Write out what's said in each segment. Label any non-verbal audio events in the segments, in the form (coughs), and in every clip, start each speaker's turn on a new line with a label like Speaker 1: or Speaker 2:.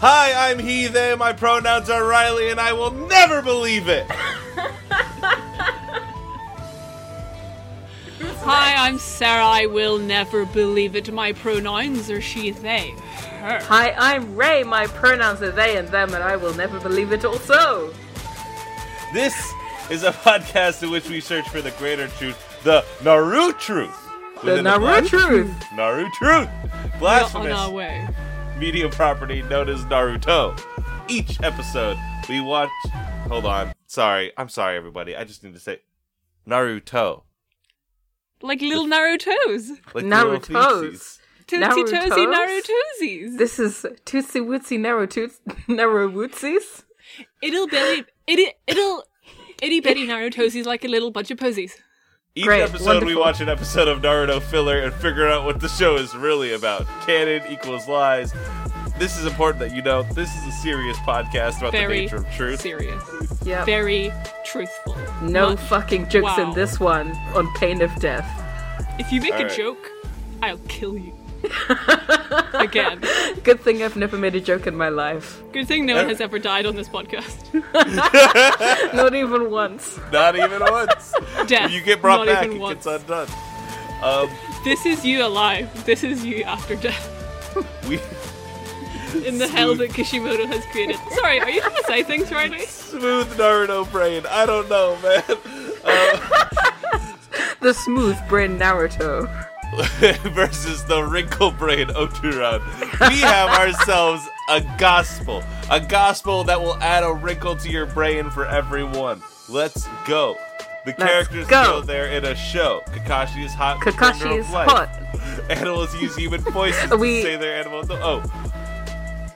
Speaker 1: Hi, I'm he, they, my pronouns are Riley, and I will never believe it.
Speaker 2: Hi, I'm Sarah. I will never believe it. My pronouns are she, they, her.
Speaker 3: Hi, I'm Ray. My pronouns are they and them, and I will never believe it also.
Speaker 1: This is a (laughs) podcast in which we search for the greater truth, the Naru truth.
Speaker 3: The
Speaker 1: within
Speaker 3: Naru truth.
Speaker 1: Naru truth.
Speaker 2: We are on our
Speaker 1: Blasphemous
Speaker 2: way.
Speaker 1: media property known as Naruto. Each episode, we watch. Hold on. Sorry. I'm sorry, everybody. I just need to say Naruto.
Speaker 2: Like little Narutoes.
Speaker 1: Like the little
Speaker 3: Narutos.
Speaker 1: feces.
Speaker 2: Tootsie toesy
Speaker 3: Narutos?
Speaker 2: Narutoesies.
Speaker 3: This is Tootsie Wootsy Narrow Toots (laughs) Narrow Wootsies.
Speaker 2: It'll belly. Itty, it'll. Itty bitty Narutoesies like a little bunch of posies.
Speaker 1: Each
Speaker 3: Great,
Speaker 1: episode, we
Speaker 3: wonderful.
Speaker 1: watch an episode of Naruto filler and figure out what the show is really about. Canon equals lies. This is important that you know. This is a serious podcast about the
Speaker 2: Very
Speaker 1: nature of truth.
Speaker 2: serious.
Speaker 3: Yep.
Speaker 2: Very truthful.
Speaker 3: no
Speaker 2: Not-
Speaker 3: fucking jokes
Speaker 2: wow.
Speaker 3: in this one on pain of death. (laughs)
Speaker 2: If you make a
Speaker 1: Alright.
Speaker 2: joke, I'll kill
Speaker 1: (laughs)
Speaker 2: you. Again.
Speaker 3: Good thing I've never made a joke in my
Speaker 2: (laughs)
Speaker 3: life.
Speaker 2: Good thing no
Speaker 1: Eh?
Speaker 2: one has ever died on this
Speaker 1: (laughs)
Speaker 2: podcast.
Speaker 3: Not even once.
Speaker 1: Not even
Speaker 2: (laughs)
Speaker 1: once.
Speaker 2: Death.
Speaker 1: If you get brought
Speaker 2: not
Speaker 1: back,
Speaker 2: even
Speaker 1: it
Speaker 2: once.
Speaker 1: gets undone. Um,
Speaker 2: This is you alive. This is you after death.
Speaker 1: we (laughs)
Speaker 2: In the hell that Kishimoto has created. Sorry, are you trying to say things, Riley?
Speaker 1: smooth Naruto brain. I don't know, man.
Speaker 3: The smooth brain Naruto.
Speaker 1: (laughs) versus the wrinkle brain Oturan. We
Speaker 3: (laughs)
Speaker 1: have ourselves a gospel. A gospel that will add a wrinkle to your brain for everyone. Let's go. The characters go.
Speaker 3: go.
Speaker 1: there in a show. Kakashi is hot. with
Speaker 3: Kakashi
Speaker 1: wonder of
Speaker 3: is
Speaker 1: life. (laughs)
Speaker 3: hot.
Speaker 1: Animals use human
Speaker 3: (laughs)
Speaker 1: voices
Speaker 3: We-
Speaker 1: to say their animal. Oh,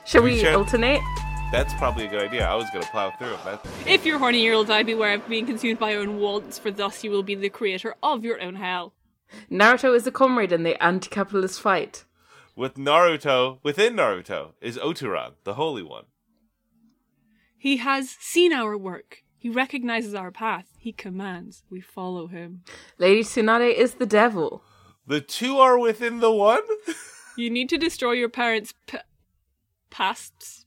Speaker 3: Shall
Speaker 1: We
Speaker 3: we
Speaker 1: should-
Speaker 3: alternate?
Speaker 1: that's probably a good idea. I was gonna plow through it. That's
Speaker 2: If you're horny, you'll die. Beware of being consumed by your own wants, for thus you will be the creator of your own hell.
Speaker 3: Naruto is a comrade in the anti-capitalist fight.
Speaker 1: with Naruto. Within Naruto is Oturan, the holy one.
Speaker 2: He has seen our work. He recognizes our path. He commands. We follow him.
Speaker 3: Lady Tsunade is the devil.
Speaker 1: The two are within the one. (laughs)
Speaker 2: You need to destroy your parents' p- pasts.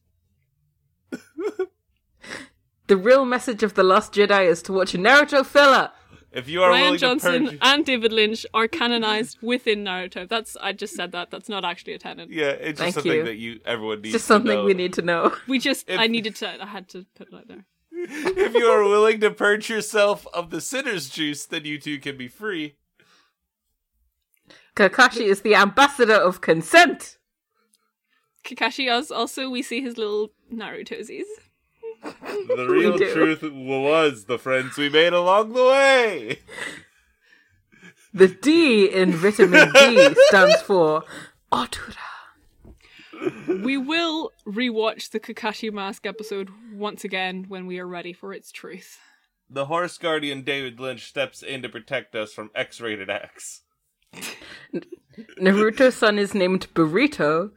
Speaker 3: The real message of the Last Jedi is to watch Naruto filler.
Speaker 1: If you are
Speaker 2: Ryan
Speaker 1: willing to
Speaker 2: Johnson
Speaker 1: purge,
Speaker 2: and David Lynch are canonized within Naruto. That's I just said that. That's not actually a tenet.
Speaker 1: Yeah, it's
Speaker 3: Thank
Speaker 1: just something
Speaker 3: you.
Speaker 1: that you everyone needs.
Speaker 3: It's just
Speaker 1: to
Speaker 3: something
Speaker 1: know.
Speaker 3: we need to know. (laughs)
Speaker 2: We just
Speaker 1: If-
Speaker 2: I needed to I had to put it out there.
Speaker 1: if you are willing to purge yourself of the sinner's juice, then you too can be
Speaker 3: (laughs)
Speaker 1: free.
Speaker 3: Kakashi is the ambassador of consent.
Speaker 2: Kakashi as also we see his little Narutoesies.
Speaker 1: The real
Speaker 3: do.
Speaker 1: truth was the friends we made along the way.
Speaker 3: The D in vitamin D stands for Otura.
Speaker 2: We will rewatch the Kakashi mask episode once again when we are ready for its truth.
Speaker 1: The horse guardian David Lynch steps in to protect us from X-rated X.
Speaker 3: Naruto's son is named Burrito.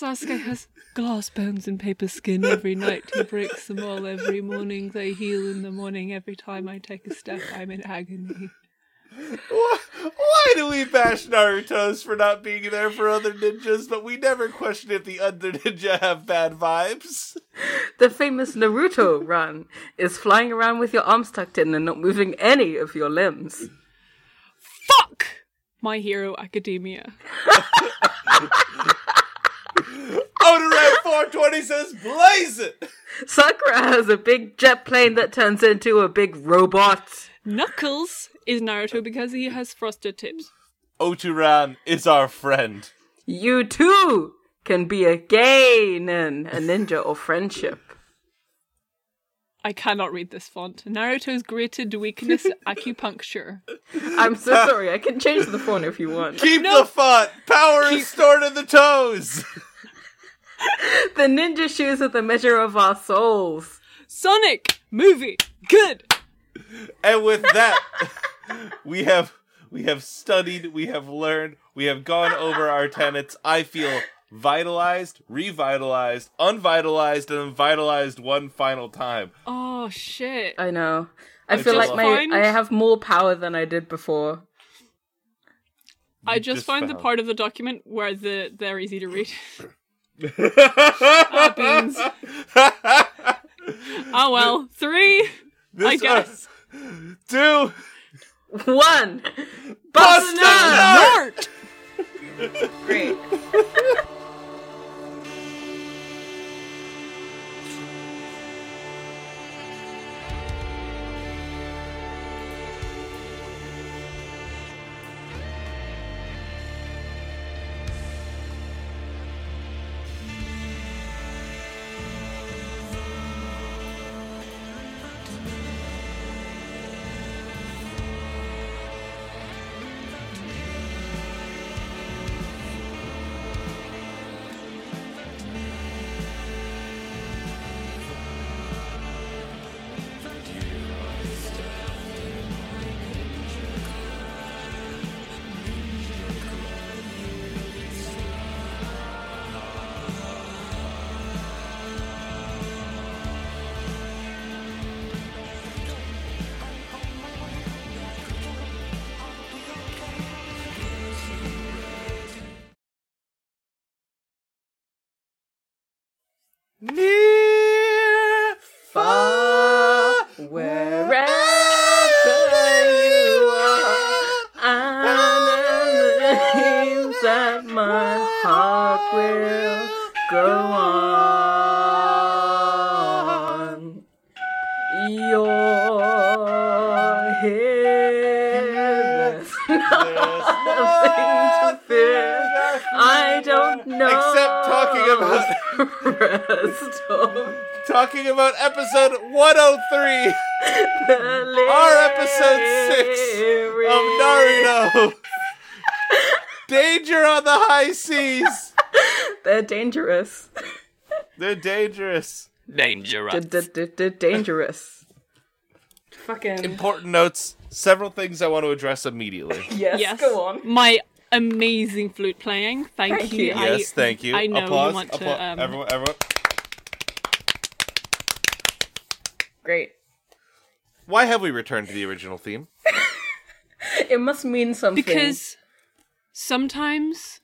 Speaker 2: Sasuke has glass bones and paper skin every night. He breaks them all every morning. They heal in the morning. Every time I take a step, I'm in agony.
Speaker 1: Why, why do we bash Naruto's for not being there for other ninjas, but we never question if the other ninja have bad vibes?
Speaker 3: The famous Naruto run is flying around with your arms tucked in and not moving any of your limbs.
Speaker 2: Fuck! My Hero Academia.
Speaker 1: Odoran 420 says, "Blaze it."
Speaker 3: Sakura has a big jet plane that turns into a big robot.
Speaker 2: Knuckles is Naruto because he has frosted tips.
Speaker 1: Oturan is our friend.
Speaker 3: You too can be a geinin, a ninja or friendship.
Speaker 2: I cannot read this font. Naruto's greatest weakness (laughs) acupuncture.
Speaker 3: I'm so sorry, I can change the font if you want.
Speaker 1: Keep the font. Power is stored in the toes.
Speaker 3: The ninja shoes are the measure of our souls.
Speaker 2: Sonic movie. Good.
Speaker 1: And with that, (laughs) we have we have studied, we have learned, we have gone over our tenets. I feel vitalized, revitalized, unvitalized, and vitalized one final time. (laughs)
Speaker 2: Oh shit.
Speaker 3: I know. I,
Speaker 1: I
Speaker 3: feel
Speaker 1: just
Speaker 3: like my
Speaker 2: find-
Speaker 3: I have more power than I did before.
Speaker 2: I
Speaker 1: You
Speaker 2: just
Speaker 1: just
Speaker 2: found the
Speaker 1: found-
Speaker 2: part of the document where the they're easy to read. (laughs) Ah, beans. Oh well. Three. I
Speaker 1: This uh,
Speaker 2: guess.
Speaker 1: one- two.
Speaker 3: One.
Speaker 1: Boston
Speaker 3: Boston.
Speaker 2: Art.
Speaker 3: Great.
Speaker 1: Near, far,
Speaker 3: Wherever you are, I know the things that my heart will go on. You're
Speaker 1: (laughs)
Speaker 3: here. There's nothing to fear. I don't know.
Speaker 1: Except talking (laughs) about
Speaker 3: rest of
Speaker 1: talking about episode 103
Speaker 3: Our
Speaker 1: Our episode six of Naruto. Danger on the high seas.
Speaker 3: They're dangerous.
Speaker 1: They're dangerous.
Speaker 3: D-
Speaker 4: Dangerous.
Speaker 3: d- d- d- (laughs) Dangerous. Fucking
Speaker 1: Important notes. Several things I want to address immediately.
Speaker 3: (laughs) yes.
Speaker 2: Yes.
Speaker 3: Go on.
Speaker 2: My amazing flute playing. Thank,
Speaker 3: Thank
Speaker 2: you.
Speaker 3: you.
Speaker 2: I-
Speaker 1: yes, thank you.
Speaker 2: I know
Speaker 1: applause,
Speaker 2: you want
Speaker 1: applause.
Speaker 2: to. Um,
Speaker 1: everyone, everyone.
Speaker 3: Great.
Speaker 1: Why have we returned to the original theme?
Speaker 3: It must mean something.
Speaker 2: because sometimes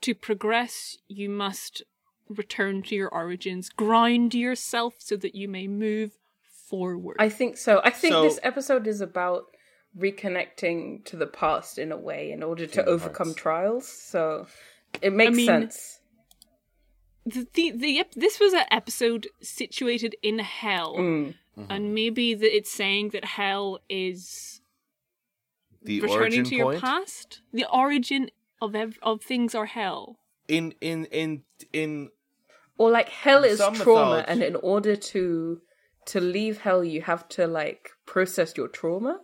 Speaker 2: to progress you must return to your origins grind yourself so that you may move forward
Speaker 3: I think so. I think
Speaker 1: So-
Speaker 3: this episode is about reconnecting to the past in a way in order to overcome trials. So it makes
Speaker 2: mean-
Speaker 3: sense.
Speaker 2: the, the, the ep- this was an episode situated in hell and maybe that it's saying that hell is
Speaker 1: The
Speaker 2: returning
Speaker 1: origin
Speaker 2: to your
Speaker 1: point.
Speaker 2: past the origin of ev- of things are hell
Speaker 1: in in in in
Speaker 3: Or like hell is
Speaker 1: Some
Speaker 3: trauma,
Speaker 1: mythology-
Speaker 3: and in order to to leave hell, you have to like process your trauma.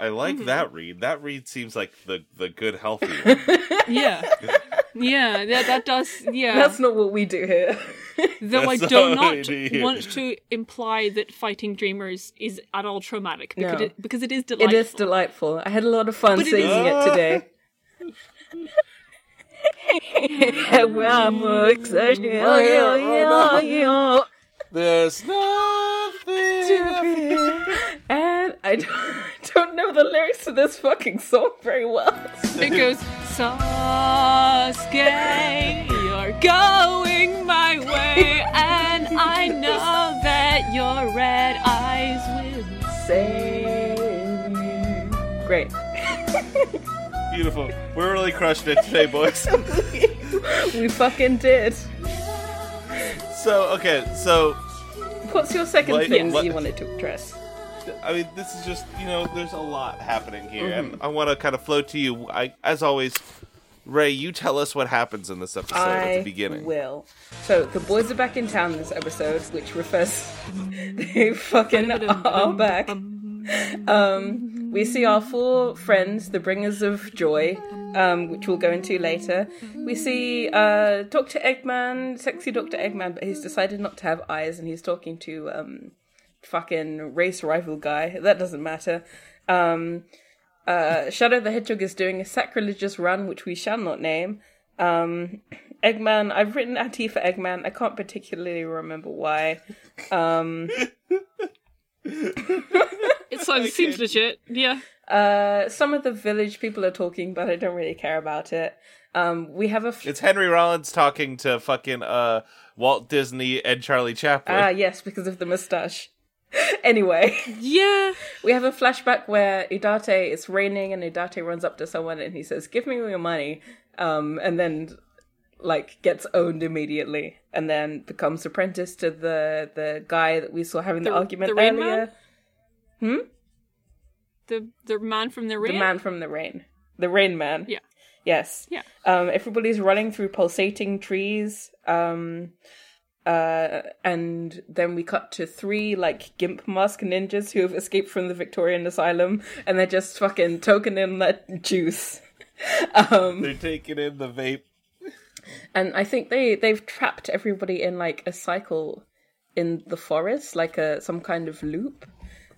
Speaker 1: I like
Speaker 2: Mm-hmm.
Speaker 1: that read. That read seems like the the good healthy
Speaker 2: (laughs)
Speaker 1: one.
Speaker 2: (laughs) yeah yeah that, that does yeah
Speaker 3: That's not what we do here. (laughs)
Speaker 2: Though I
Speaker 1: That's (laughs)
Speaker 2: do
Speaker 1: how
Speaker 2: not
Speaker 1: it is.
Speaker 2: want to imply that fighting dreamers is at all traumatic because
Speaker 3: No.
Speaker 2: it because it is
Speaker 3: It
Speaker 2: delightful.
Speaker 3: is delightful. I had a lot of fun
Speaker 2: But it
Speaker 3: singing it,
Speaker 1: is-
Speaker 3: today.
Speaker 2: (laughs)
Speaker 3: (laughs)
Speaker 1: There's nothing.
Speaker 3: and I don't, (laughs) don't know the lyrics to this fucking song very well.
Speaker 2: It goes Sasuke, you're going my way, and I know that your red eyes will.
Speaker 3: Save me. Great.
Speaker 1: Beautiful. We're really crushing it today, boys.
Speaker 2: (laughs)
Speaker 3: We fucking did.
Speaker 1: so okay, so
Speaker 3: What's your second
Speaker 1: Like,
Speaker 3: thing
Speaker 1: what-
Speaker 3: you wanted to address?
Speaker 1: I mean, this is just you know, there's a lot happening here,
Speaker 2: Mm-hmm.
Speaker 1: and I want to kind of float to you. I, as always, Ray, you tell us what happens in this episode at the beginning.
Speaker 3: will. So the boys are back in town this episode, which refers they (laughs) fucking are back. Um, we see our four friends, the bringers of joy, um, which we'll go into later. We see uh, Doctor Eggman, sexy Doctor Eggman, but he's decided not to have eyes, and he's talking to um, fucking race rival guy. That doesn't matter. Um, uh, Shadow the Hedgehog is doing a sacrilegious run, which we shall not name. Um, Eggman, I've written anti for Eggman. I can't particularly remember why.
Speaker 2: It sounds seems legit. Yeah,
Speaker 3: Uh, some of the village people are talking, but I don't really care about it. Um, we have a f-
Speaker 1: It's Henry Rollins talking to fucking uh Walt Disney and Charlie Chaplin.
Speaker 3: ah yes because of the mustache. (laughs) anyway, (laughs)
Speaker 2: Yeah.
Speaker 3: we have a flashback where Udate it's raining and Udate runs up to someone and he says, "Give me all your money," um, and then like gets owned immediately and then becomes apprentice to the the guy that we saw having the,
Speaker 2: The-
Speaker 3: argument
Speaker 2: the Rain
Speaker 3: earlier,
Speaker 2: Man? The the man from the
Speaker 3: the
Speaker 2: rain.
Speaker 3: man from the rain, the Rain Man.
Speaker 2: Yeah.
Speaker 3: Yes.
Speaker 2: Yeah.
Speaker 3: Um, everybody's running through pulsating trees. Um, uh, and then we cut to three like gimp mask ninjas who have escaped from the Victorian asylum, and they're just fucking token in that juice. um,
Speaker 1: They're taking in the vape.
Speaker 3: and I think they they've trapped everybody in like a cycle in the forest, like a some kind of loop.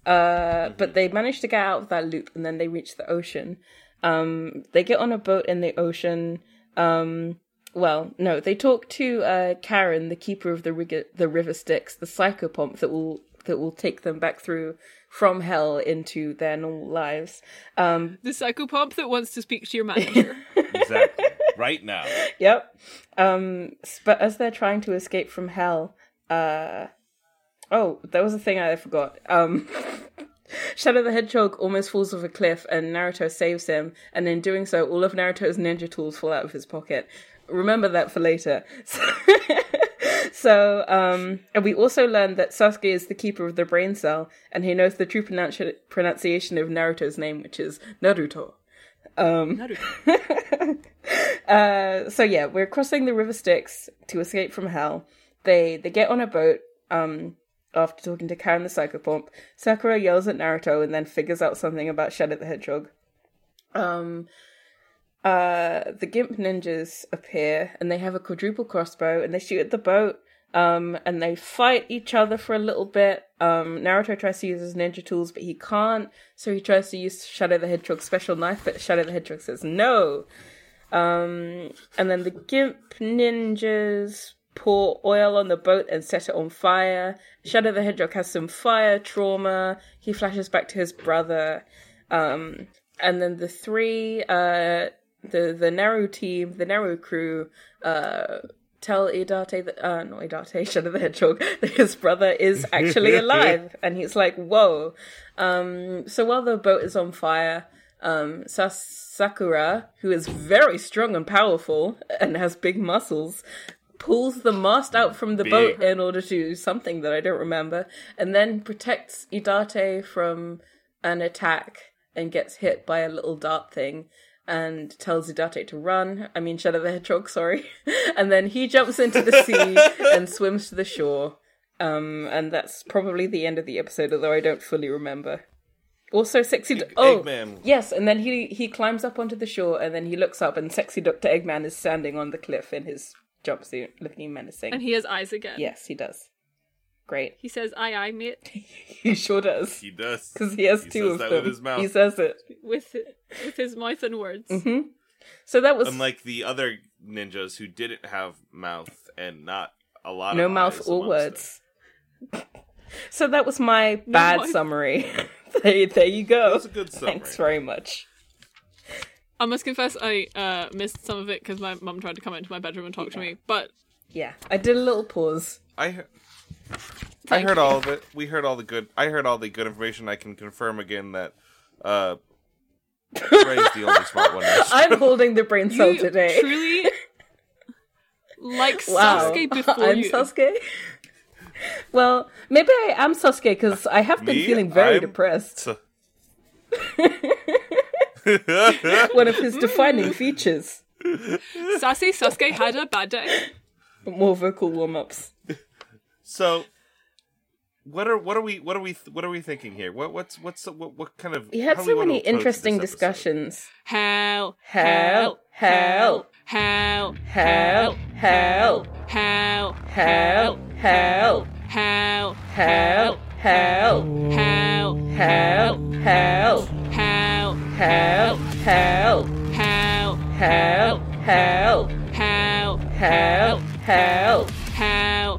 Speaker 3: Uh, But they manage to get out of that loop, and then they reach the ocean. Um, they get on a boat in the ocean. Um, well, no, they talk to uh, Karen, the keeper of the rig- the river Styx, the psychopomp that will that will take them back through from hell into their normal lives. Um,
Speaker 2: The psychopomp that wants to speak to your manager.
Speaker 3: (laughs)
Speaker 1: Exactly. right now.
Speaker 3: Yep. Um, s- but as they're trying to escape from hell, uh, oh, that was a thing I forgot. Um, (laughs) Shadow the Hedgehog almost falls off a cliff, and Naruto saves him. And in doing so, all of Naruto's ninja tools fall out of his pocket. Remember that for later. (laughs) So, so, um, and we also learned that Sasuke is the keeper of the brain cell, and he knows the true pronunci- pronunciation of Naruto's name, which is Naruto.
Speaker 2: Naruto.
Speaker 3: Uh, so yeah, we're crossing the River Styx to escape from hell. They they get on a boat. Um, after talking to Karen the psychopomp, Sakura yells at Naruto and then figures out something about Shadow the Hedgehog. Um, uh, the Gimp ninjas appear and they have a quadruple crossbow and they shoot at the boat. Um, and they fight each other for a little bit. Um, Naruto tries to use his ninja tools, but he can't. So he tries to use Shadow the Hedgehog's special knife, but Shadow the Hedgehog says no. Um, and then the Gimp ninjas pour oil on the boat and set it on fire. Shadow the Hedgehog has some fire trauma. He flashes back to his brother. Um, and then the three, uh, the the Naru team, the Naru crew, uh, tell Idate that uh, not Idate, (laughs) Shadow the Hedgehog, that his brother is actually alive, and he's like, "Whoa!" Um, so while the boat is on fire, um, Sas- Sakura, who is very strong and powerful and has big muscles, pulls the mast out from the boat
Speaker 1: Big.
Speaker 3: in order to do something that I don't remember, and then protects Idate from an attack and gets hit by a little dart thing and tells Idate to run. I mean, Shadow the Hedgehog, sorry. (laughs) and then he jumps into the sea and swims to the shore. Um, and that's probably the end of the episode, although I don't fully remember. Also, sexy. Do- oh,
Speaker 1: Eggman.
Speaker 3: yes, and then he he climbs up onto the shore, and then he looks up, and sexy Doctor Eggman is standing on the cliff in his jumpsuit, looking menacing.
Speaker 2: and he has eyes again.
Speaker 3: (laughs) yes, he does. Great, (laughs)
Speaker 2: He says, "Aye, aye, mate,"
Speaker 3: he sure does,
Speaker 1: He does.
Speaker 3: because he has
Speaker 1: He
Speaker 3: two
Speaker 1: says
Speaker 3: of
Speaker 1: that
Speaker 3: them.
Speaker 1: with his mouth.
Speaker 3: He says it.
Speaker 2: with with his mouth and words.
Speaker 3: So that was
Speaker 1: Unlike the other ninjas who didn't have mouth and not a lot
Speaker 3: no
Speaker 1: of
Speaker 3: mouth
Speaker 1: eyes
Speaker 3: or
Speaker 1: amongst
Speaker 3: words. (laughs) so that was my bad
Speaker 2: mouth.
Speaker 3: summary. (laughs) there, there you go.
Speaker 1: them. That's a good summary.
Speaker 3: Thanks very much.
Speaker 2: I must confess, I uh, missed some of it because my mum tried to come into my bedroom and talk to me. But
Speaker 3: Yeah, I did a little pause.
Speaker 1: I he- I
Speaker 2: Thank
Speaker 1: heard all of it. We heard all the good. I heard all the good information. I can confirm again that uh, Ray's the only smart
Speaker 3: (laughs)
Speaker 1: one. now.
Speaker 3: I'm holding the brain
Speaker 2: (laughs)
Speaker 3: cell
Speaker 2: you
Speaker 3: today.
Speaker 2: truly like
Speaker 3: wow.
Speaker 2: Sasuke before
Speaker 3: (laughs)
Speaker 1: (laughs)
Speaker 3: I'm
Speaker 2: you.
Speaker 3: Sasuke. well, maybe I am Sasuke because I have been
Speaker 1: Me?
Speaker 3: feeling very
Speaker 1: I'm-
Speaker 3: depressed.
Speaker 1: So-
Speaker 3: (laughs)
Speaker 1: (laughs)
Speaker 3: One of
Speaker 1: Hmm.
Speaker 3: his defining features.
Speaker 2: Sassy Sasuke had a bad day.
Speaker 3: More vocal warm ups.
Speaker 1: So, what are what are we what are we what are we thinking here? What what's what's what, what kind of?
Speaker 3: We had
Speaker 1: how do
Speaker 3: so
Speaker 1: wanna
Speaker 3: many
Speaker 1: approach this
Speaker 3: interesting
Speaker 1: episode?
Speaker 3: discussions.
Speaker 2: Hell,
Speaker 3: Hell,
Speaker 2: hell, hell,
Speaker 3: hell, hell,
Speaker 2: hell,
Speaker 3: hell, hell,
Speaker 2: hell,
Speaker 3: Hell, hell,
Speaker 2: hell,
Speaker 3: hell, hell,
Speaker 2: hell,
Speaker 3: hell,
Speaker 2: hell,
Speaker 3: hell, hell, hell,
Speaker 2: hell,
Speaker 3: hell, hell,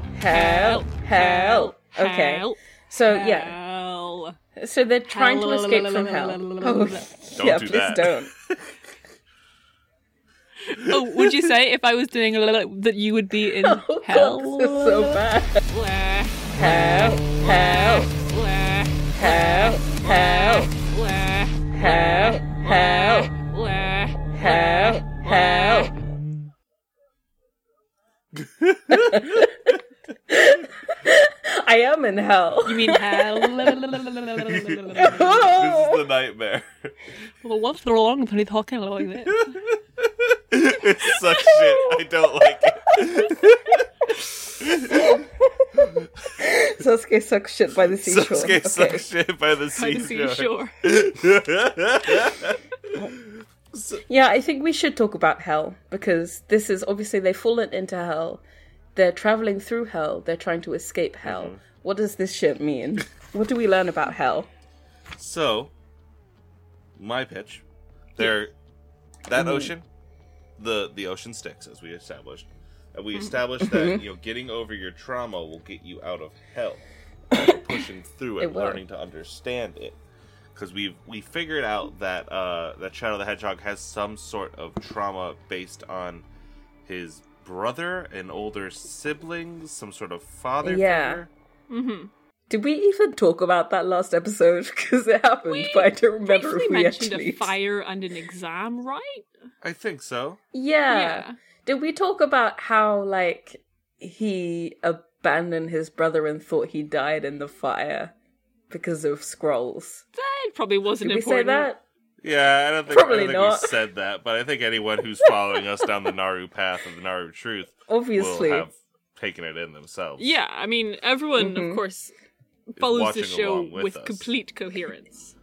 Speaker 2: hell,
Speaker 3: hell, hell. Okay.
Speaker 2: hell,
Speaker 3: So yeah,
Speaker 2: hell.
Speaker 3: So they're trying to escape from hell. Oh, yeah,
Speaker 1: do
Speaker 3: please
Speaker 1: that.
Speaker 3: don't.
Speaker 2: Oh, would you say if I was doing a little that you would be in
Speaker 3: (laughs) Oh,
Speaker 2: (laughs)
Speaker 3: God,
Speaker 2: hell?
Speaker 3: this is so bad.
Speaker 2: Blah,
Speaker 3: Hell, hell,
Speaker 2: blah,
Speaker 3: hell, hell,
Speaker 2: blah,
Speaker 3: hell, hell,
Speaker 2: blah.
Speaker 3: hell, hell. I am in hell. (laughs)
Speaker 2: You mean
Speaker 1: (laughs)
Speaker 2: hell?
Speaker 1: this
Speaker 3: Oh.
Speaker 1: is the nightmare. (laughs)
Speaker 2: well, what's wrong with me talking like that?
Speaker 1: it's such shit. I don't like it.
Speaker 3: Sasuke sucks shit by the
Speaker 1: (laughs)
Speaker 3: seashore.
Speaker 1: Sasuke
Speaker 3: okay.
Speaker 1: sucks shit by the
Speaker 2: By the seashore.
Speaker 1: seashore.
Speaker 3: Yeah, I think we should talk about hell because this is obviously they've fallen into hell. They're traveling through hell. They're trying to escape hell.
Speaker 1: Mm-hmm.
Speaker 3: What does this shit mean? what do we learn about hell?
Speaker 1: So, my pitch, there,
Speaker 3: Mm-hmm.
Speaker 1: that ocean, the the ocean sticks, as we established, and
Speaker 3: Mm-hmm.
Speaker 1: we established that you know getting over your trauma will get you out of
Speaker 3: (coughs)
Speaker 1: hell, pushing through it,
Speaker 3: It will.
Speaker 1: learning to understand it, because we we figured out that uh, that Shadow the Hedgehog has some sort of trauma based on his brother and older siblings, some sort of father
Speaker 3: Yeah.
Speaker 1: figure.
Speaker 2: Mm-hmm.
Speaker 3: Did we even talk about that last episode? (laughs) Because it happened, but I don't remember
Speaker 2: briefly
Speaker 3: if we
Speaker 2: mentioned
Speaker 3: actually.
Speaker 2: a fire and an exam, right?
Speaker 1: I think so.
Speaker 3: Yeah. Did we talk about how like he abandoned his brother and thought he died in the fire because of scrolls?
Speaker 2: That probably wasn't
Speaker 3: Did we say
Speaker 2: important.
Speaker 3: that?
Speaker 1: Yeah, I don't think, I don't
Speaker 3: Probably
Speaker 1: think
Speaker 3: not.
Speaker 1: we said that, but I think anyone
Speaker 2: (laughs)
Speaker 1: who's following us down the Naru path of the Naru truth
Speaker 3: Obviously.
Speaker 1: will have taken it in themselves.
Speaker 2: Yeah, I mean, everyone,
Speaker 3: Mm-hmm.
Speaker 2: of course, follows the
Speaker 1: watching
Speaker 2: show
Speaker 1: along
Speaker 2: with,
Speaker 1: with us.
Speaker 2: complete coherence.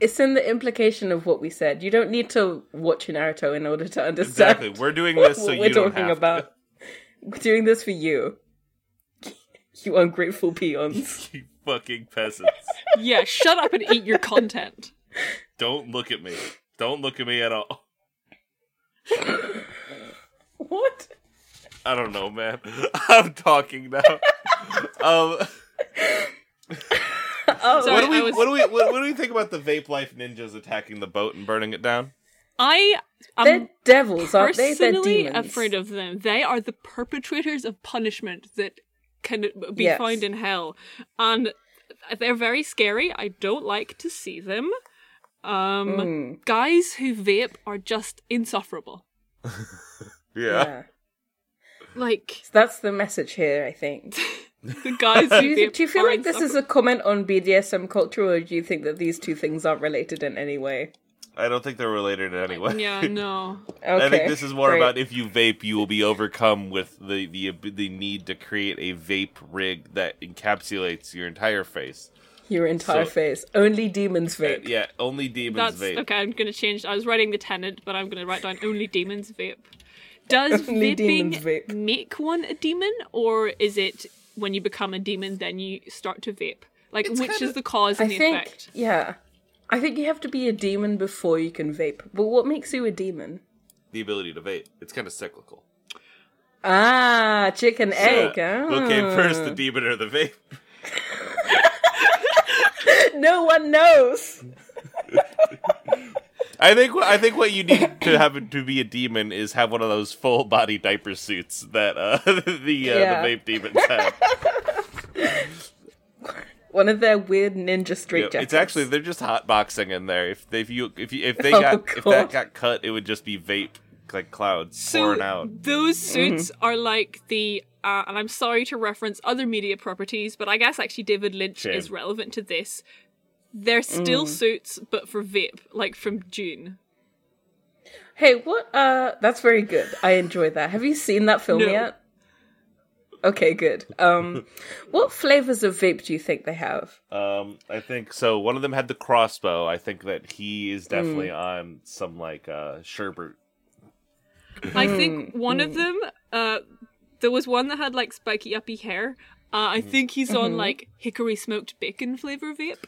Speaker 3: It's in the implication of what we said. You don't need to watch Naruto in order to understand
Speaker 1: Exactly.
Speaker 3: (laughs)
Speaker 1: We're doing this so
Speaker 3: what
Speaker 1: you
Speaker 3: we're
Speaker 1: don't
Speaker 3: talking
Speaker 1: have
Speaker 3: about.
Speaker 1: (laughs) to.
Speaker 3: We're doing this for you. (laughs) You ungrateful peons. (laughs)
Speaker 1: You fucking peasants.
Speaker 2: Yeah, shut up and eat your content.
Speaker 1: don't look at me. Don't look at me at all.
Speaker 3: what?
Speaker 1: I don't know, man. (laughs) I'm talking
Speaker 2: (laughs)
Speaker 1: now. um,
Speaker 3: Oh,
Speaker 2: Sorry,
Speaker 1: what do we
Speaker 2: I was-
Speaker 1: what do we what, what do we think about the vape life ninjas attacking the boat and burning it down?
Speaker 2: I
Speaker 3: they're
Speaker 2: am
Speaker 3: devils, aren't they? They're
Speaker 2: personally
Speaker 3: demons.
Speaker 2: afraid of them. They are the perpetrators of punishment that can be
Speaker 3: Yes.
Speaker 2: found in hell, and they're very scary. I don't like to see them. Um,
Speaker 3: Mm,
Speaker 2: Guys who vape are just insufferable.
Speaker 3: yeah.
Speaker 2: Like
Speaker 3: So that's the message here, I
Speaker 2: (laughs)
Speaker 3: think.
Speaker 2: the guys who
Speaker 3: Do you,
Speaker 2: vape
Speaker 3: do you feel
Speaker 2: are
Speaker 3: like this is a comment on BDSM culture, or do you think that these two things aren't related in any way?
Speaker 1: I don't think they're related in any way.
Speaker 2: insufferable. Yeah, no.
Speaker 3: Okay.
Speaker 1: I think this is more
Speaker 3: great.
Speaker 1: about if you vape, you will be overcome with the, the the need to create a vape rig that encapsulates your entire face.
Speaker 3: your entire
Speaker 1: so-
Speaker 3: face. Only demons
Speaker 1: Uh,
Speaker 3: vape.
Speaker 1: yeah, only demons
Speaker 2: That's
Speaker 1: vape.
Speaker 2: okay. I'm going to change. I was writing the tenant, but I'm going to write down only demons vape. Does
Speaker 3: (laughs) Only
Speaker 2: vaping
Speaker 3: demons vape.
Speaker 2: make one a demon, or is it when you become a demon then you start to vape? Like, which is the cause
Speaker 3: I
Speaker 2: and the
Speaker 3: think,
Speaker 2: effect?
Speaker 3: yeah. I think you have to be a demon before you can vape. But what makes you a demon?
Speaker 1: The ability to vape. It's kind of cyclical.
Speaker 3: Ah, chicken egg.
Speaker 1: Yeah.
Speaker 3: ah.
Speaker 1: Okay, first the demon or the vape.
Speaker 3: Ah. No one knows.
Speaker 1: I think wh- I think what you need to have to be a demon is have one of those full body diaper suits that uh, (laughs) the uh,
Speaker 3: Yeah.
Speaker 1: the vape demons have.
Speaker 3: (laughs) One of their weird ninja straight
Speaker 1: Yeah, it's actually they're just hotboxing in there. If they, if you if you, if they
Speaker 3: (laughs) Oh,
Speaker 1: got if that
Speaker 3: God.
Speaker 1: got cut, it would just be vape like clouds pouring
Speaker 2: So
Speaker 1: out.
Speaker 2: those
Speaker 3: Mm-hmm.
Speaker 2: suits are like the. Uh, and I'm sorry to reference other media properties, but I guess actually David Lynch
Speaker 1: Shame.
Speaker 2: is relevant to this. They're still
Speaker 3: Mm.
Speaker 2: suits, but for vape, like from June.
Speaker 3: Hey, what? Uh, that's very good. I enjoy that. Have you seen that film
Speaker 2: No.
Speaker 3: yet? Okay, good.
Speaker 2: (laughs)
Speaker 3: Um, what flavors of vape do you think they have?
Speaker 1: Um, I think so. One of them had the crossbow. I think that he
Speaker 2: Hmm.
Speaker 1: is definitely on some like uh sherbet.
Speaker 2: I
Speaker 3: Mm,
Speaker 2: think one of them, uh, there was one that had like spiky uppy hair. Uh,
Speaker 1: Mm-hmm.
Speaker 2: I think he's on
Speaker 3: Mm-hmm.
Speaker 2: like hickory smoked bacon flavor vape.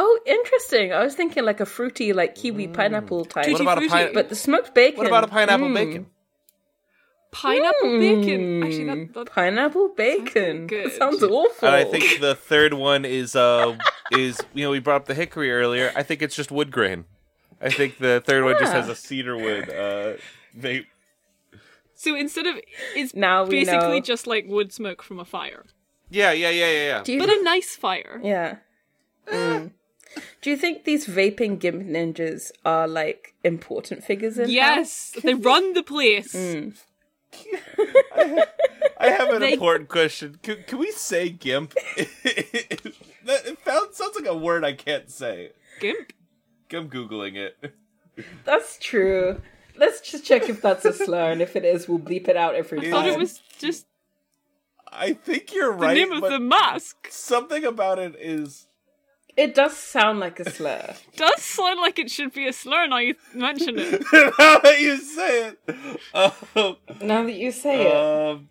Speaker 3: Oh, interesting. I was thinking like a fruity,
Speaker 2: Mm.
Speaker 3: like kiwi pineapple type.
Speaker 2: Tutti
Speaker 1: about a
Speaker 2: frutti.
Speaker 1: pine-
Speaker 3: But the smoked bacon.
Speaker 2: Hmm.
Speaker 1: What about a pineapple
Speaker 3: mm,
Speaker 1: bacon?
Speaker 2: Pineapple bacon. Actually,
Speaker 3: Mm,
Speaker 2: that, that
Speaker 3: pineapple bacon.
Speaker 2: good.
Speaker 3: That sounds awful.
Speaker 1: And I think the third one is uh
Speaker 2: (laughs)
Speaker 1: is you know we brought up the hickory earlier. I think it's just wood grain. I think the third one just
Speaker 3: Ah.
Speaker 1: has a cedar wood uh vape.
Speaker 2: so instead of it's
Speaker 3: now we
Speaker 2: basically
Speaker 3: know.
Speaker 2: just like wood smoke from a fire,
Speaker 1: Yeah, yeah, yeah, yeah,
Speaker 3: Do
Speaker 1: yeah.
Speaker 3: you-
Speaker 2: but Ah. a nice fire.
Speaker 3: yeah. Mm. Do you think these vaping gimp ninjas are like important figures in?
Speaker 2: Yes, they run the place.
Speaker 3: Mm.
Speaker 1: I have an
Speaker 2: They-
Speaker 1: important question. Can, can we say gimp? (laughs) that it found, sounds like a word I can't say.
Speaker 2: Gimp.
Speaker 1: I'm googling it.
Speaker 3: Hell? That's true. Let's just check if that's a slur, and if it is, we'll bleep it out every time.
Speaker 2: Thought it was just
Speaker 1: I think you're
Speaker 2: the
Speaker 1: right.
Speaker 2: name of
Speaker 1: but
Speaker 2: the mask.
Speaker 1: something about it is
Speaker 3: It does sound like a slur.
Speaker 2: Does sound like it should be a slur now you mention it.
Speaker 1: (laughs) how that you say it. Um,
Speaker 3: now that you say it,
Speaker 1: um,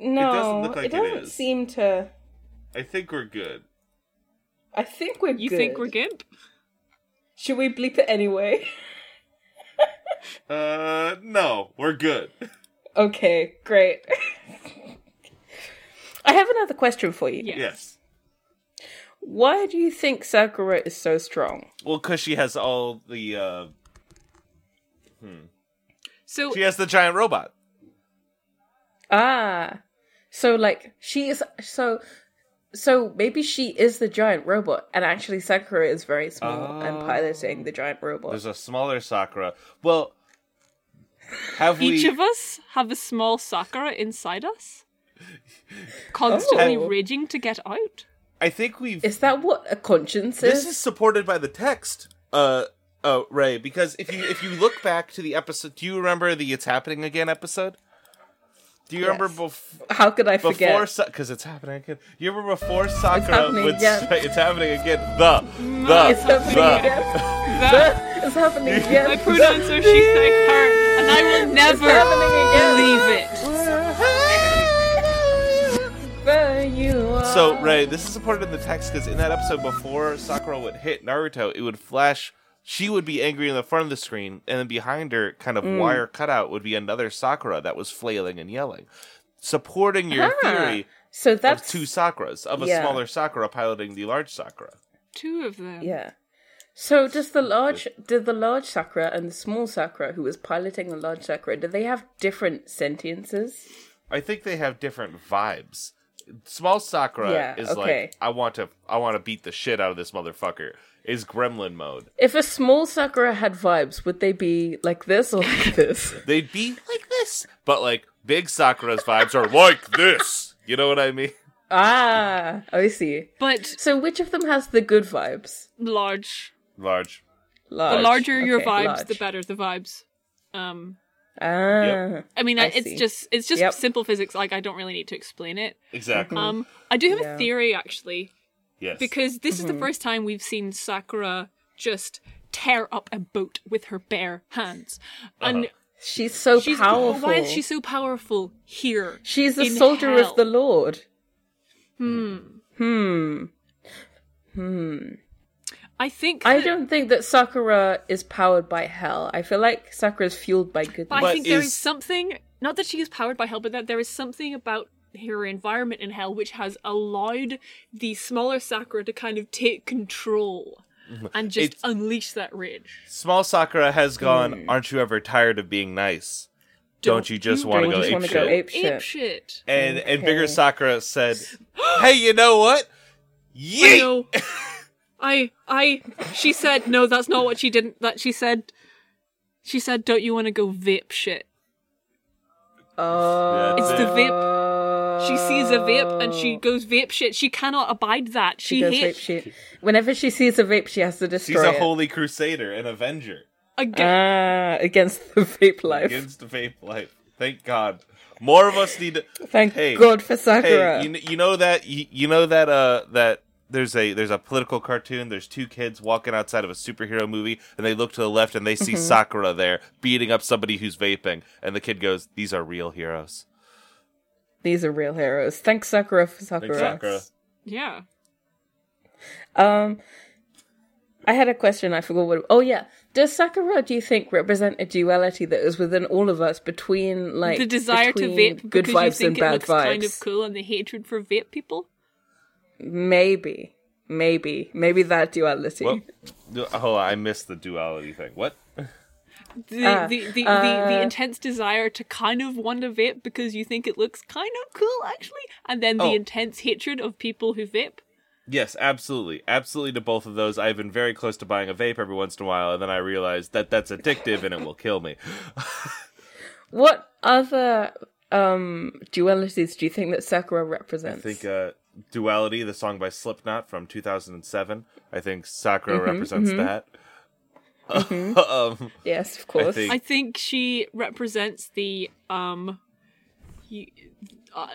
Speaker 3: no, it
Speaker 1: doesn't
Speaker 3: doesn't,
Speaker 1: look like it is.
Speaker 3: seem to.
Speaker 1: I think we're good.
Speaker 3: I think we're.
Speaker 2: You
Speaker 3: (laughs) good.
Speaker 2: think we're gimp?
Speaker 3: Should we bleep it anyway? (laughs)
Speaker 1: Uh, no, we're good.
Speaker 3: okay, great. (laughs) I have another question for you.
Speaker 2: Yeah.
Speaker 1: Yes.
Speaker 3: Why do you think Sakura is so strong?
Speaker 1: Well, because she has all the uh,
Speaker 2: So
Speaker 1: she has the giant robot.
Speaker 3: Ah, so like she is so. So maybe she is the giant robot, and actually Sakura is very small and piloting the giant
Speaker 1: Oh.
Speaker 3: robot.
Speaker 1: There's a smaller Sakura. Well, have we?
Speaker 2: each of us have a small Sakura inside
Speaker 3: (laughs)
Speaker 2: us, constantly
Speaker 3: Oh.
Speaker 2: raging to get out.
Speaker 1: I think we've.
Speaker 3: Is that what a conscience
Speaker 1: This
Speaker 3: is?
Speaker 1: is supported by the text, uh, uh, Ray. Because if you if you look back to the episode, do you remember the "It's Happening Again" episode? Do you remember bef-
Speaker 3: How could I
Speaker 1: before
Speaker 3: forget?
Speaker 1: because it's happening again. You remember before Sakura
Speaker 3: happening
Speaker 1: would
Speaker 3: again.
Speaker 1: say it's happening again. The the
Speaker 3: It's happening
Speaker 1: the.
Speaker 3: again.
Speaker 2: That,
Speaker 1: (laughs)
Speaker 3: It's happening again.
Speaker 2: my
Speaker 3: (laughs)
Speaker 2: pronouns are she, they, her, and I will never
Speaker 3: happening
Speaker 2: believe it.
Speaker 3: Where you are.
Speaker 1: So Ray, this is supported in the text because in that episode before Sakura would hit Naruto, it would flash. She would be angry in the front of the screen, and then behind her, kind
Speaker 3: Mm.
Speaker 1: of wire cutout, would be another Sakura that was flailing and yelling, supporting your
Speaker 3: Ah,
Speaker 1: theory
Speaker 3: so
Speaker 1: of
Speaker 3: that's
Speaker 1: two Sakuras, of a
Speaker 3: yeah.
Speaker 1: smaller Sakura piloting the large Sakura.
Speaker 2: Two of them.
Speaker 3: yeah. So does the large did the large Sakura and the small Sakura who was piloting the large Sakura do they have different sentiences?
Speaker 1: I think they have different vibes. Small Sakura
Speaker 3: Yeah,
Speaker 1: is
Speaker 3: okay.
Speaker 1: like I want to I want to beat the shit out of this motherfucker. Is gremlin mode.
Speaker 3: If a small Sakura had vibes, would they be like this or
Speaker 1: (laughs)
Speaker 3: like this?
Speaker 1: They'd be like this, but like big Sakura's vibes are like this. You know what I mean?
Speaker 3: ah, I see.
Speaker 2: But
Speaker 3: So which of them has the good vibes?
Speaker 2: large.
Speaker 1: Large.
Speaker 3: Large.
Speaker 2: The larger your
Speaker 3: Okay,
Speaker 2: vibes, the
Speaker 3: large.
Speaker 2: better the vibes. Um,
Speaker 3: Ah,
Speaker 2: I mean,
Speaker 3: I
Speaker 2: it's
Speaker 3: see.
Speaker 2: just it's just
Speaker 3: Yep.
Speaker 2: simple physics. Like I don't really need to explain it.
Speaker 1: Exactly.
Speaker 2: Um, I do have
Speaker 3: Yeah.
Speaker 2: a theory actually.
Speaker 1: yes.
Speaker 2: because this
Speaker 3: Mm-hmm.
Speaker 2: is the first time we've seen Sakura just tear up a boat with her bare hands. And
Speaker 3: Uh-huh. she's so
Speaker 2: she's
Speaker 3: powerful.
Speaker 2: why is she so powerful here?
Speaker 3: She's the
Speaker 2: in
Speaker 3: soldier
Speaker 2: hell?
Speaker 3: of the Lord.
Speaker 2: I think
Speaker 3: I
Speaker 2: that-
Speaker 3: don't think that Sakura is powered by hell. I feel like Sakura is fueled by goodness.
Speaker 2: but I
Speaker 1: But
Speaker 2: think there is
Speaker 1: is-
Speaker 2: something not that she is powered by hell, but that there is something about her environment in hell which has allowed the smaller Sakura to kind of take control and just
Speaker 1: Mm-hmm. It's-
Speaker 2: unleash that rage.
Speaker 1: Small Sakura has gone,
Speaker 3: Hmm.
Speaker 1: aren't you ever tired of being nice? Don't, you just want to
Speaker 3: don't
Speaker 1: go
Speaker 3: just
Speaker 1: ape
Speaker 3: wanna go
Speaker 1: shit?
Speaker 3: ape shit.
Speaker 2: Ape shit.
Speaker 1: And and
Speaker 3: Okay.
Speaker 1: bigger Sakura said, "Hey, you know what? Yeet! (laughs)
Speaker 2: No. I I she said no, that's not what she didn't that she said she said don't you want to go vape shit.
Speaker 3: Oh,
Speaker 1: It's
Speaker 2: the She sees a vape and she goes vape shit. She cannot abide that. She,
Speaker 3: She goes vape
Speaker 2: hates
Speaker 3: shit. Whenever she sees a vape, she has to
Speaker 1: She's a
Speaker 3: destroy it.
Speaker 1: holy crusader, an avenger
Speaker 2: again.
Speaker 3: Ah, against the vape life.
Speaker 1: against vape life. Thank God. More of us need. To-
Speaker 3: Thank
Speaker 1: Hey,
Speaker 3: God for Sakura.
Speaker 1: hey, you, kn- you know that you, you know that uh that there's a there's a political cartoon. There's two kids walking outside of a superhero movie, and they look to the left and they see Sakura there beating up somebody who's vaping, and the kid goes, "These are real heroes."
Speaker 3: These are real heroes. Thanks, Sakura for
Speaker 1: Thanks,
Speaker 3: Sakura.
Speaker 1: Sakura.
Speaker 2: Yeah.
Speaker 3: Um, I had a question. I forgot what. Oh yeah, does Sakura do you think represent a duality that is within all of us between like
Speaker 2: the desire to
Speaker 3: between
Speaker 2: vape
Speaker 3: good
Speaker 2: because you
Speaker 3: vibes
Speaker 2: think
Speaker 3: and
Speaker 2: it
Speaker 3: bad
Speaker 2: looks
Speaker 3: vibes?
Speaker 2: kind of cool and the hatred for vape people?
Speaker 3: Maybe, maybe, maybe that duality.
Speaker 1: What? Du- (laughs) Oh, I missed the duality thing. What?
Speaker 2: The,
Speaker 3: Uh,
Speaker 2: the, the, the, the
Speaker 3: uh,
Speaker 2: intense desire to kind of want to vape because you think it looks kind of cool, actually, and then the
Speaker 1: Oh.
Speaker 2: intense hatred of people who vape.
Speaker 1: Yes, absolutely, absolutely to both of those. I've been very close to buying a vape every once in a while, and then I realized that that's addictive and it will kill me.
Speaker 3: What other um dualities do you think that Sakura
Speaker 1: I
Speaker 3: represents?
Speaker 1: think uh, "Duality," the song by Slipknot from 2007. I think Sakura
Speaker 2: Mm-hmm,
Speaker 1: represents that. (laughs) um,
Speaker 3: yes, of course.
Speaker 1: think-
Speaker 2: I think she represents the um, you, uh,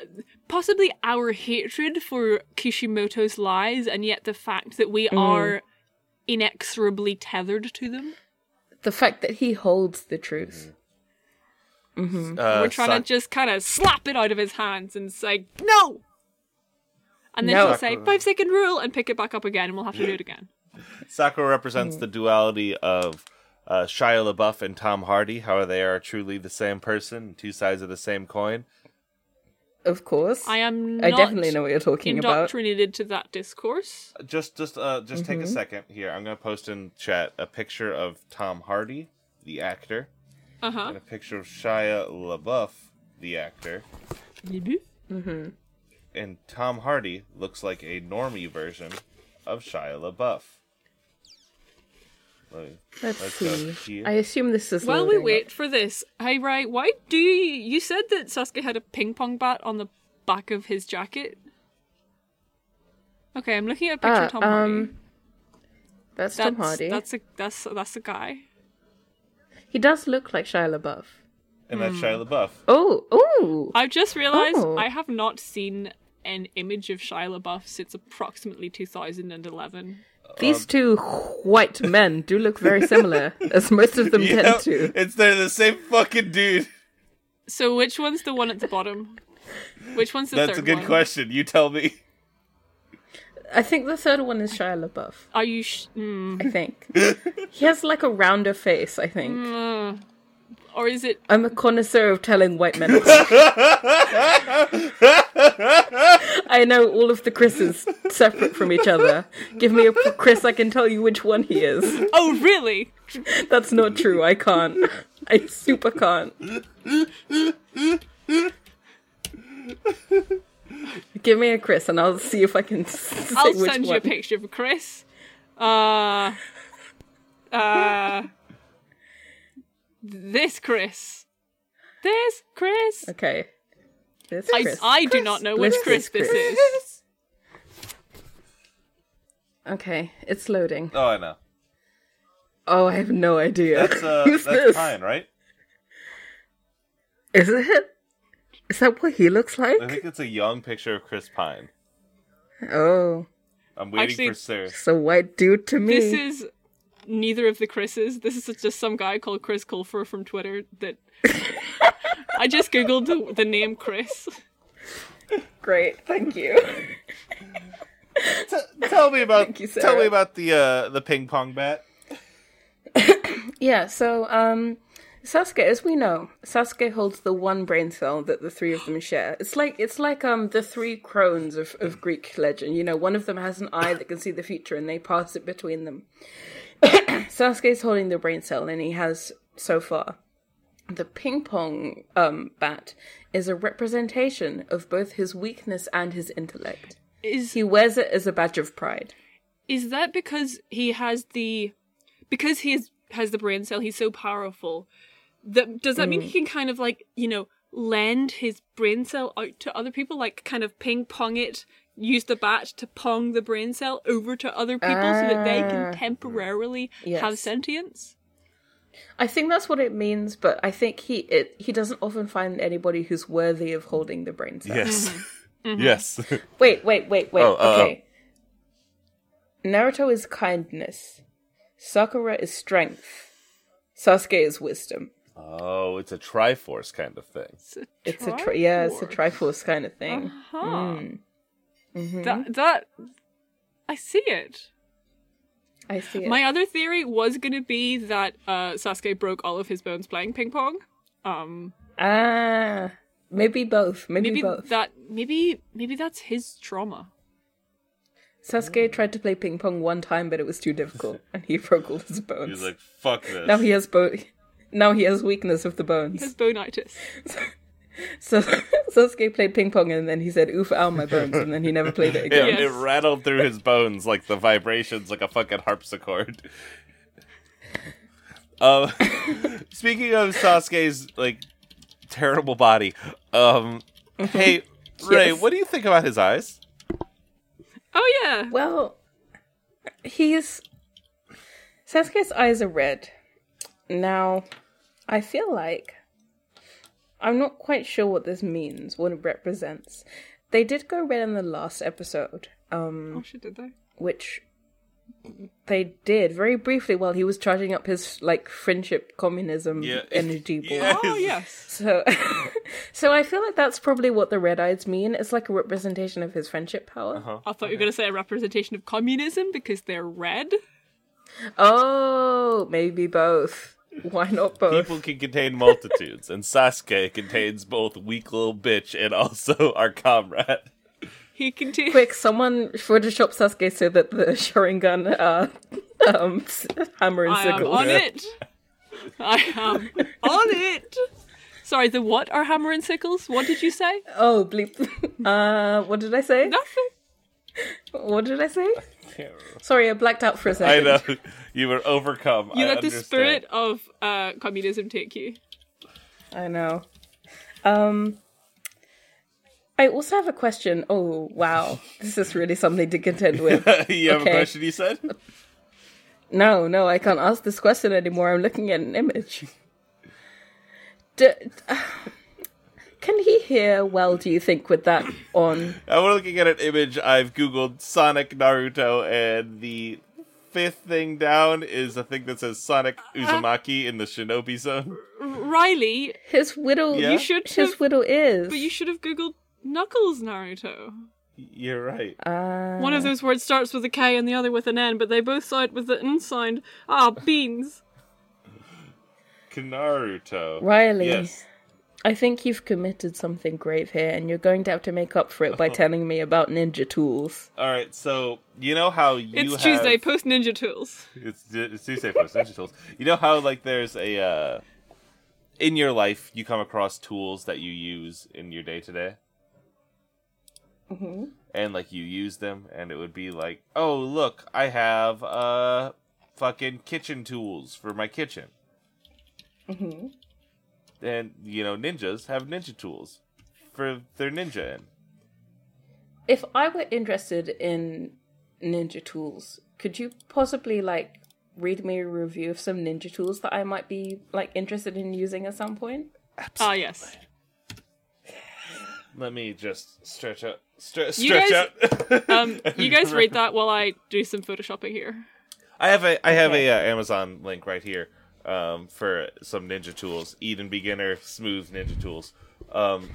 Speaker 2: possibly our hatred for Kishimoto's lies, and yet the fact that
Speaker 3: Mm.
Speaker 2: we are inexorably tethered to them.
Speaker 3: the fact that he holds the truth.
Speaker 1: uh,
Speaker 2: Mm-hmm. We're trying
Speaker 1: Sak-
Speaker 2: to just kind of slap it out of his hands and say no. And then
Speaker 3: No.
Speaker 2: she'll say five second rule and pick it back up again, and we'll have to do it again.
Speaker 1: Sakura represents
Speaker 2: Mm.
Speaker 1: the duality of uh, Shia LaBeouf and Tom Hardy, how they are truly the same person, two sides of the same coin.
Speaker 3: Of course.
Speaker 2: I am. Not
Speaker 3: I definitely know what you're talking about.
Speaker 2: indoctrinated to that discourse.
Speaker 1: Just, just, uh, just take a
Speaker 2: Mm-hmm.
Speaker 1: second here. I'm gonna post in chat a picture of Tom Hardy, the actor,
Speaker 2: Uh huh.
Speaker 1: and a picture of Shia LaBeouf, the actor. And Tom Hardy looks like a normie version of Shia LaBeouf. Let me-
Speaker 3: Let's
Speaker 1: let's go
Speaker 3: see.
Speaker 1: here.
Speaker 3: I assume this is.
Speaker 2: While we
Speaker 3: loading up.
Speaker 2: wait for this, hey Ray, why do you? You said that Sasuke had a ping pong bat on the back of his jacket. Okay, I'm looking at a picture
Speaker 3: Ah,
Speaker 2: of Tom Hardy.
Speaker 3: um, That's,
Speaker 2: that's,
Speaker 3: Tom Hardy.
Speaker 2: That's a that's that's a guy.
Speaker 3: He does look like Shia LaBeouf.
Speaker 1: and
Speaker 3: Hmm.
Speaker 1: that's Shia
Speaker 3: (laughs)
Speaker 1: LaBeouf.
Speaker 3: Oh, oh,
Speaker 2: I just realized
Speaker 3: Oh.
Speaker 2: I have not seen an image of Shia LaBeouf since approximately 2011. um,
Speaker 3: these two white men do look very
Speaker 2: (laughs)
Speaker 3: similar, as most of them tend
Speaker 1: Yep,
Speaker 3: to.
Speaker 1: it's they're the same fucking dude.
Speaker 2: So which one's the one at the bottom? Which one's the
Speaker 1: That's a
Speaker 2: third
Speaker 1: good
Speaker 2: one?
Speaker 1: question. You tell me.
Speaker 3: I think the third one is Shia LaBeouf.
Speaker 2: Are you? Sh- mm,
Speaker 3: I
Speaker 1: (laughs)
Speaker 3: think he has like a rounder face. I think
Speaker 2: uh, or is it
Speaker 3: I'm a connoisseur of telling white men.
Speaker 1: (laughs)
Speaker 3: I know all of the Chris's separate from each other. Give me a Chris, I can tell you which one he is.
Speaker 2: Oh, really?
Speaker 3: That's not true. I can't. I super can't. Give me a Chris, and I'll see if I can. s-
Speaker 2: I'll
Speaker 3: say which
Speaker 2: send you a
Speaker 3: one.
Speaker 2: picture of Chris. Uh, uh, this Chris. This Chris.
Speaker 3: Okay. This
Speaker 2: I,
Speaker 3: Chris.
Speaker 2: I do not know which
Speaker 3: Let's
Speaker 2: Chris
Speaker 3: do
Speaker 2: this is.
Speaker 3: Okay, it's loading.
Speaker 1: Oh, I (laughs) know.
Speaker 3: Oh, I have no idea.
Speaker 1: That's uh,
Speaker 3: (laughs) Who's
Speaker 1: that's
Speaker 3: this?
Speaker 1: Pine, right?
Speaker 3: Is it? Is that what he looks
Speaker 1: I
Speaker 3: like?
Speaker 1: think it's a young picture of Chris Pine.
Speaker 3: Oh,
Speaker 1: I'm waiting
Speaker 2: Actually-
Speaker 1: for (laughs) Sir.
Speaker 3: so white dude to me.
Speaker 2: This is neither of the Chris's. This is just some guy called Chris Colfer from Twitter that. (laughs) I just googled the, the name Chris.
Speaker 3: great. Thank you.
Speaker 1: tell me about
Speaker 3: Thank you,
Speaker 1: tell me
Speaker 3: Sarah.
Speaker 1: about the uh, the ping pong bat.
Speaker 3: Yeah. So, um, Sasuke, as we know, Sasuke holds the one brain cell that the three of them share. It's like it's like um the three crones of of Greek legend. You know, one of them has an eye that can see the future, and they pass it between them. (coughs) Sasuke's holding the brain cell, and he has so far. The ping pong um, bat is a representation of both his weakness and his intellect.
Speaker 2: Is
Speaker 3: He wears it as a badge of pride.
Speaker 2: Is that because he has the because he is, has the brain cell, he's so powerful. That does that mean
Speaker 3: Mm.
Speaker 2: he can kind of like, you know, lend his brain cell out to other people, like kind of ping pong it, use the bat to pong the brain cell over to other people so that they
Speaker 3: Ah.
Speaker 2: can temporarily have
Speaker 3: Yes.
Speaker 2: sentience?
Speaker 3: I think that's what it means, but I think he it, he doesn't often find anybody who's worthy of holding the brain cell.
Speaker 1: Yes, (laughs)
Speaker 3: Mm-hmm.
Speaker 1: yes.
Speaker 3: Wait, wait, wait, wait.
Speaker 1: Oh, oh,
Speaker 3: okay. Naruto is kindness. Sakura is strength. Sasuke is wisdom.
Speaker 1: oh, it's a Triforce kind of thing.
Speaker 3: It's a tri- yeah, it's a triforce Uh-huh. kind of thing. Mm.
Speaker 2: Huh.
Speaker 3: mm-hmm.
Speaker 2: That that I see it.
Speaker 3: I see it.
Speaker 2: My other theory was going to be that uh, Sasuke broke all of his bones playing ping pong. Um,
Speaker 3: ah, maybe both. Maybe,
Speaker 2: maybe
Speaker 3: both.
Speaker 2: that maybe maybe that's his trauma.
Speaker 3: Sasuke tried to play ping pong one time, but it was too
Speaker 1: (laughs)
Speaker 3: difficult, and he broke all his bones.
Speaker 1: He's like, fuck this.
Speaker 3: now he has bo- (laughs) Now he has weakness of the
Speaker 2: His
Speaker 3: bones.
Speaker 2: bonitis.
Speaker 3: So (laughs) Sasuke played ping pong, and then he said, "Oof, ow, my bones," and then he never played
Speaker 1: (laughs)
Speaker 3: it
Speaker 1: yeah,
Speaker 2: Yes.
Speaker 3: again.
Speaker 1: it rattled through his bones like the vibrations, like a fucking harpsichord. Um, (laughs) speaking of Sasuke's like terrible body, um,
Speaker 2: Mm-hmm. (laughs)
Speaker 1: hey Ray,
Speaker 3: Yes.
Speaker 1: what do you think about his eyes?
Speaker 2: Oh yeah.
Speaker 3: Well, he's Sasuke's eyes are red. Now, I feel like I'm not quite sure what this means, what it represents. They did go red in the last episode, um,
Speaker 2: Oh shit, did they?
Speaker 3: which they did very briefly while he was charging up his like friendship communism
Speaker 1: Yeah.
Speaker 3: energy ball.
Speaker 1: Yeah.
Speaker 2: Oh yes.
Speaker 3: So, (laughs) so I feel like that's probably what the red eyes mean. It's like a representation of his friendship power.
Speaker 1: Uh-huh.
Speaker 2: I thought you were going to say a representation of communism because they're red.
Speaker 3: Oh, maybe both. Why not both?
Speaker 1: People can contain multitudes, and Sasuke contains both weak little bitch and also (laughs) our comrade.
Speaker 2: He continues.
Speaker 3: Quick, someone Photoshop Sasuke so that the (laughs) Sharingan uh, um, s- hammer and
Speaker 2: I am
Speaker 3: sickle.
Speaker 2: on it. I am on it. Sorry, the what are hammer and sickles? What did you say?
Speaker 3: Oh, bleep. (laughs) Uh, what did I say?
Speaker 2: Nothing.
Speaker 3: What did I say? Sorry, I blacked out for a
Speaker 1: I
Speaker 3: second.
Speaker 1: know you were overcome.
Speaker 2: You
Speaker 1: I
Speaker 2: let the
Speaker 1: understand.
Speaker 2: spirit of uh, communism take you.
Speaker 3: (laughs) I know. Um, I also have a question. Oh, wow. This is really something to contend
Speaker 1: (laughs)
Speaker 3: with.
Speaker 1: you have
Speaker 3: Okay.
Speaker 1: a question? You said.
Speaker 3: No, no, I can't ask this question anymore. I'm looking at an image. (laughs) D- (sighs) can he hear well, do you think, with that on?
Speaker 1: Now Uh, we're looking at an image. I've googled Sonic Naruto, and the fifth thing down is a thing that says Sonic
Speaker 2: Uh-huh.
Speaker 1: Uzumaki in the Shinobi Zone. (laughs)
Speaker 2: Riley,
Speaker 3: His whittle.
Speaker 1: Yeah. You
Speaker 2: should
Speaker 3: His
Speaker 2: have-
Speaker 3: whittle is.
Speaker 2: but you should have googled Knuckles Naruto.
Speaker 1: You're right.
Speaker 2: Uh,
Speaker 3: Ah.
Speaker 2: One of those words starts with a K and the other with an N, but they both start with the N sound. Ah, beans.
Speaker 1: Naruto.
Speaker 3: Riley.
Speaker 1: Yes.
Speaker 3: I think you've committed something grave here, and you're going to have to make up for it by telling me about ninja tools.
Speaker 1: All right. So you know how you
Speaker 2: It's
Speaker 1: have-
Speaker 2: Tuesday, post Ninja Tools.
Speaker 1: It's, it's Tuesday for Ninja Tools. You know how like there's a uh, in your life you come across tools that you use in your day to day.
Speaker 2: Mm-hmm.
Speaker 1: And like you use them, and it would be like, oh look, I have uh fucking kitchen tools for my kitchen. Mm-hmm. And you know ninjas have ninja tools for their ninja in.
Speaker 3: If I were interested in ninja tools, could you possibly, like, read me a review of some ninja tools that I might be, like, interested in using at some point?
Speaker 2: Ah, yes.
Speaker 1: Let me just stretch out, stre-
Speaker 2: You
Speaker 1: stretch
Speaker 2: guys-
Speaker 1: out. (laughs)
Speaker 2: Um, you guys read that while I do some photoshopping here.
Speaker 1: I have a I have a uh, Amazon link right here um, for some ninja tools, Eden beginner smooth ninja tools. Um,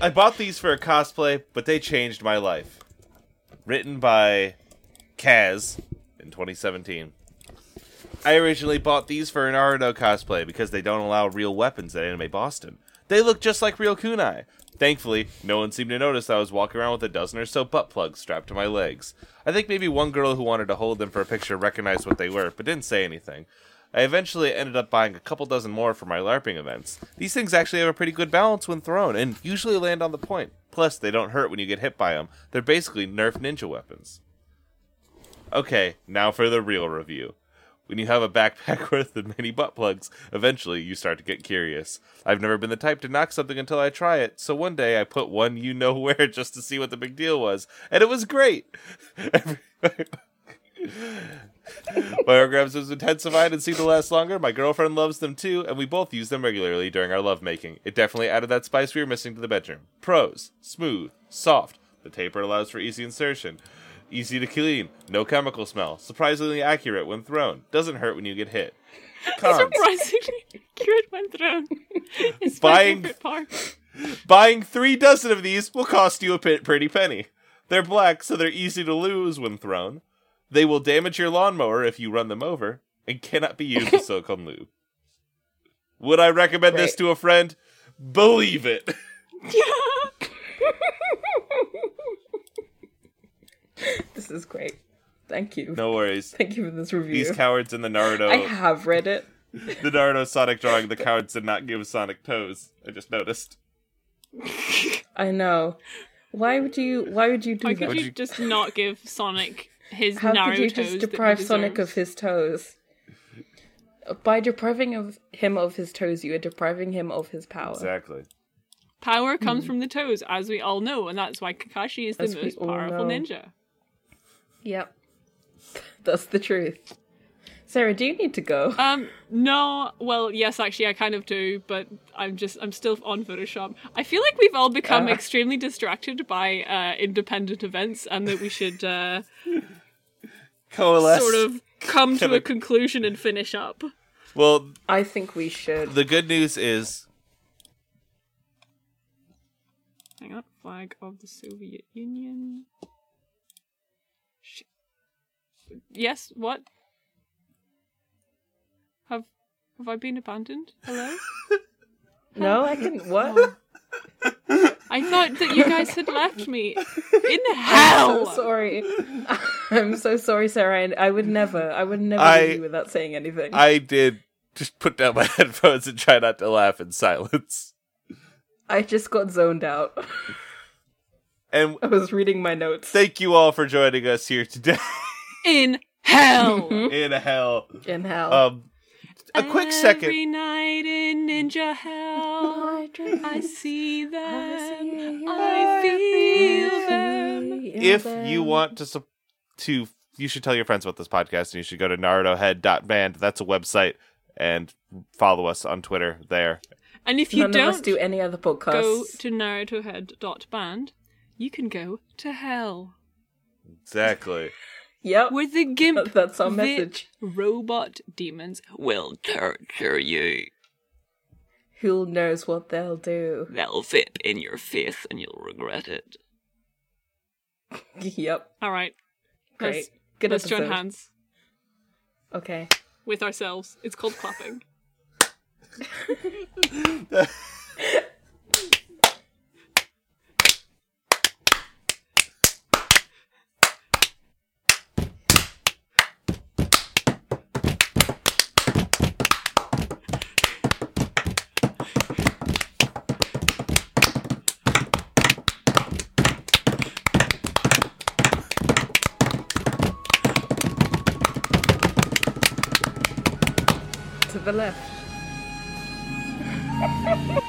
Speaker 1: I bought these for a cosplay, but they changed my life. Written by Kaz in 2017. I originally bought these for an Naruto cosplay because they don't allow real weapons at Anime Boston. They look just like real kunai. Thankfully, no one seemed to notice I was walking around with a dozen or so butt plugs strapped to my legs. I think maybe one girl who wanted to hold them for a picture recognized what they were, but didn't say anything. I eventually ended up buying a couple dozen more for my LARPing events. These things actually have a pretty good balance when thrown, and usually land on the point. Plus, they don't hurt when you get hit by them. They're basically Nerf ninja weapons. Okay, now for the real review. When you have a backpack (laughs) worth of many butt plugs, eventually you start to get curious. I've never been the type to knock something until I try it, so one day I put one you know where (laughs) just to see what the big deal was, and it was great. Every- my orgasms has intensified and seemed to last longer. My girlfriend loves them too, and we both use them regularly during our lovemaking. It definitely added that spice we were missing to the bedroom. Pros: smooth, soft. The taper allows for easy insertion, easy to clean, no chemical smell, surprisingly accurate when thrown, doesn't hurt when you get hit. Cons:
Speaker 2: Surprisingly, (laughs) cured my throne.
Speaker 1: (laughs)
Speaker 2: It's my
Speaker 1: Buying- (laughs)
Speaker 2: favorite part.
Speaker 1: buying three dozen of these will cost you a pe- pretty penny. They're black, so they're easy to lose when thrown. They will damage your lawnmower if you run them over and cannot be used
Speaker 3: (laughs)
Speaker 1: with silk on lube. Would I recommend this
Speaker 3: Right.
Speaker 1: to a friend? Believe it. (laughs)
Speaker 3: (laughs) This is great. Thank you.
Speaker 1: No worries.
Speaker 3: Thank you for this review.
Speaker 1: These cowards in the Naruto,
Speaker 3: I have read it.
Speaker 1: (laughs) the Naruto Sonic drawing, the cowards did not give Sonic toes. I just noticed.
Speaker 3: I know. Why would you? Why would you do
Speaker 2: How
Speaker 3: that?
Speaker 2: could you,
Speaker 1: you-
Speaker 2: just not give Sonic his
Speaker 3: How
Speaker 2: narrow
Speaker 3: could you
Speaker 2: toes?
Speaker 3: just
Speaker 2: that he
Speaker 3: deprive Sonic of
Speaker 2: deserves?
Speaker 3: his toes? By depriving of him of his toes, you are depriving him of his power.
Speaker 1: Exactly.
Speaker 2: power comes from the toes, as we all know, and that's why Kakashi is the
Speaker 3: Hmm. As we
Speaker 2: most
Speaker 3: all
Speaker 2: powerful
Speaker 3: know.
Speaker 2: ninja.
Speaker 3: Yep, (laughs) that's the truth. Sarah, do you need to go?
Speaker 2: Um, no, well, yes, actually, I kind of do, but I'm just, I'm still on Photoshop. I feel like we've all become
Speaker 3: Uh.
Speaker 2: extremely distracted by uh, independent events, and that we should
Speaker 3: (laughs)
Speaker 2: uh,
Speaker 1: Coalesce.
Speaker 2: sort of come to
Speaker 1: Kinda-
Speaker 2: a conclusion and finish up.
Speaker 1: Well,
Speaker 3: I think we should.
Speaker 1: the good news is
Speaker 2: Hang on, flag of the Soviet Union. Shit. Yes, what? Have have I been abandoned? Hello?
Speaker 3: No, I can. What?
Speaker 2: I thought that you guys had left me.
Speaker 3: (laughs)
Speaker 2: In
Speaker 3: I'm
Speaker 1: Oh.
Speaker 3: so
Speaker 2: hell!
Speaker 3: sorry. (laughs) I'm so sorry, Sarah. and I would never. I would never
Speaker 1: I-
Speaker 3: leave you without saying anything. I,
Speaker 1: I did just put down my (laughs) headphones and try not to laugh in silence.
Speaker 3: just got zoned out. (laughs)
Speaker 1: And
Speaker 3: I was reading my notes.
Speaker 1: thank you all for joining us here today (laughs)
Speaker 2: In hell!
Speaker 1: in hell.
Speaker 3: In hell.
Speaker 1: Um, (laughs) a quick second.
Speaker 2: Every night in ninja hell,
Speaker 3: I dream
Speaker 2: I see them,
Speaker 3: see
Speaker 2: I feel them.
Speaker 1: If you want to sup- to, you should tell your friends about this podcast, and you should go to narutohead.band. That's a website, and follow us on Twitter there.
Speaker 2: And if you
Speaker 3: None of us
Speaker 2: don't
Speaker 3: do any other podcasts.
Speaker 2: go to narutohead.band, you can go to hell.
Speaker 1: Exactly.
Speaker 3: Yep.
Speaker 2: Where the gimp,
Speaker 3: (laughs) That's our
Speaker 2: the
Speaker 3: message.
Speaker 2: robot demons, will torture you.
Speaker 3: Who knows what they'll do? (laughs)
Speaker 2: They'll flip in your face and you'll regret it.
Speaker 3: Yep.
Speaker 2: All right,
Speaker 3: Great.
Speaker 2: Let's-
Speaker 3: Good
Speaker 2: let's
Speaker 3: episode.
Speaker 2: join hands
Speaker 3: Okay.
Speaker 2: with ourselves. It's called clapping.
Speaker 3: To the left.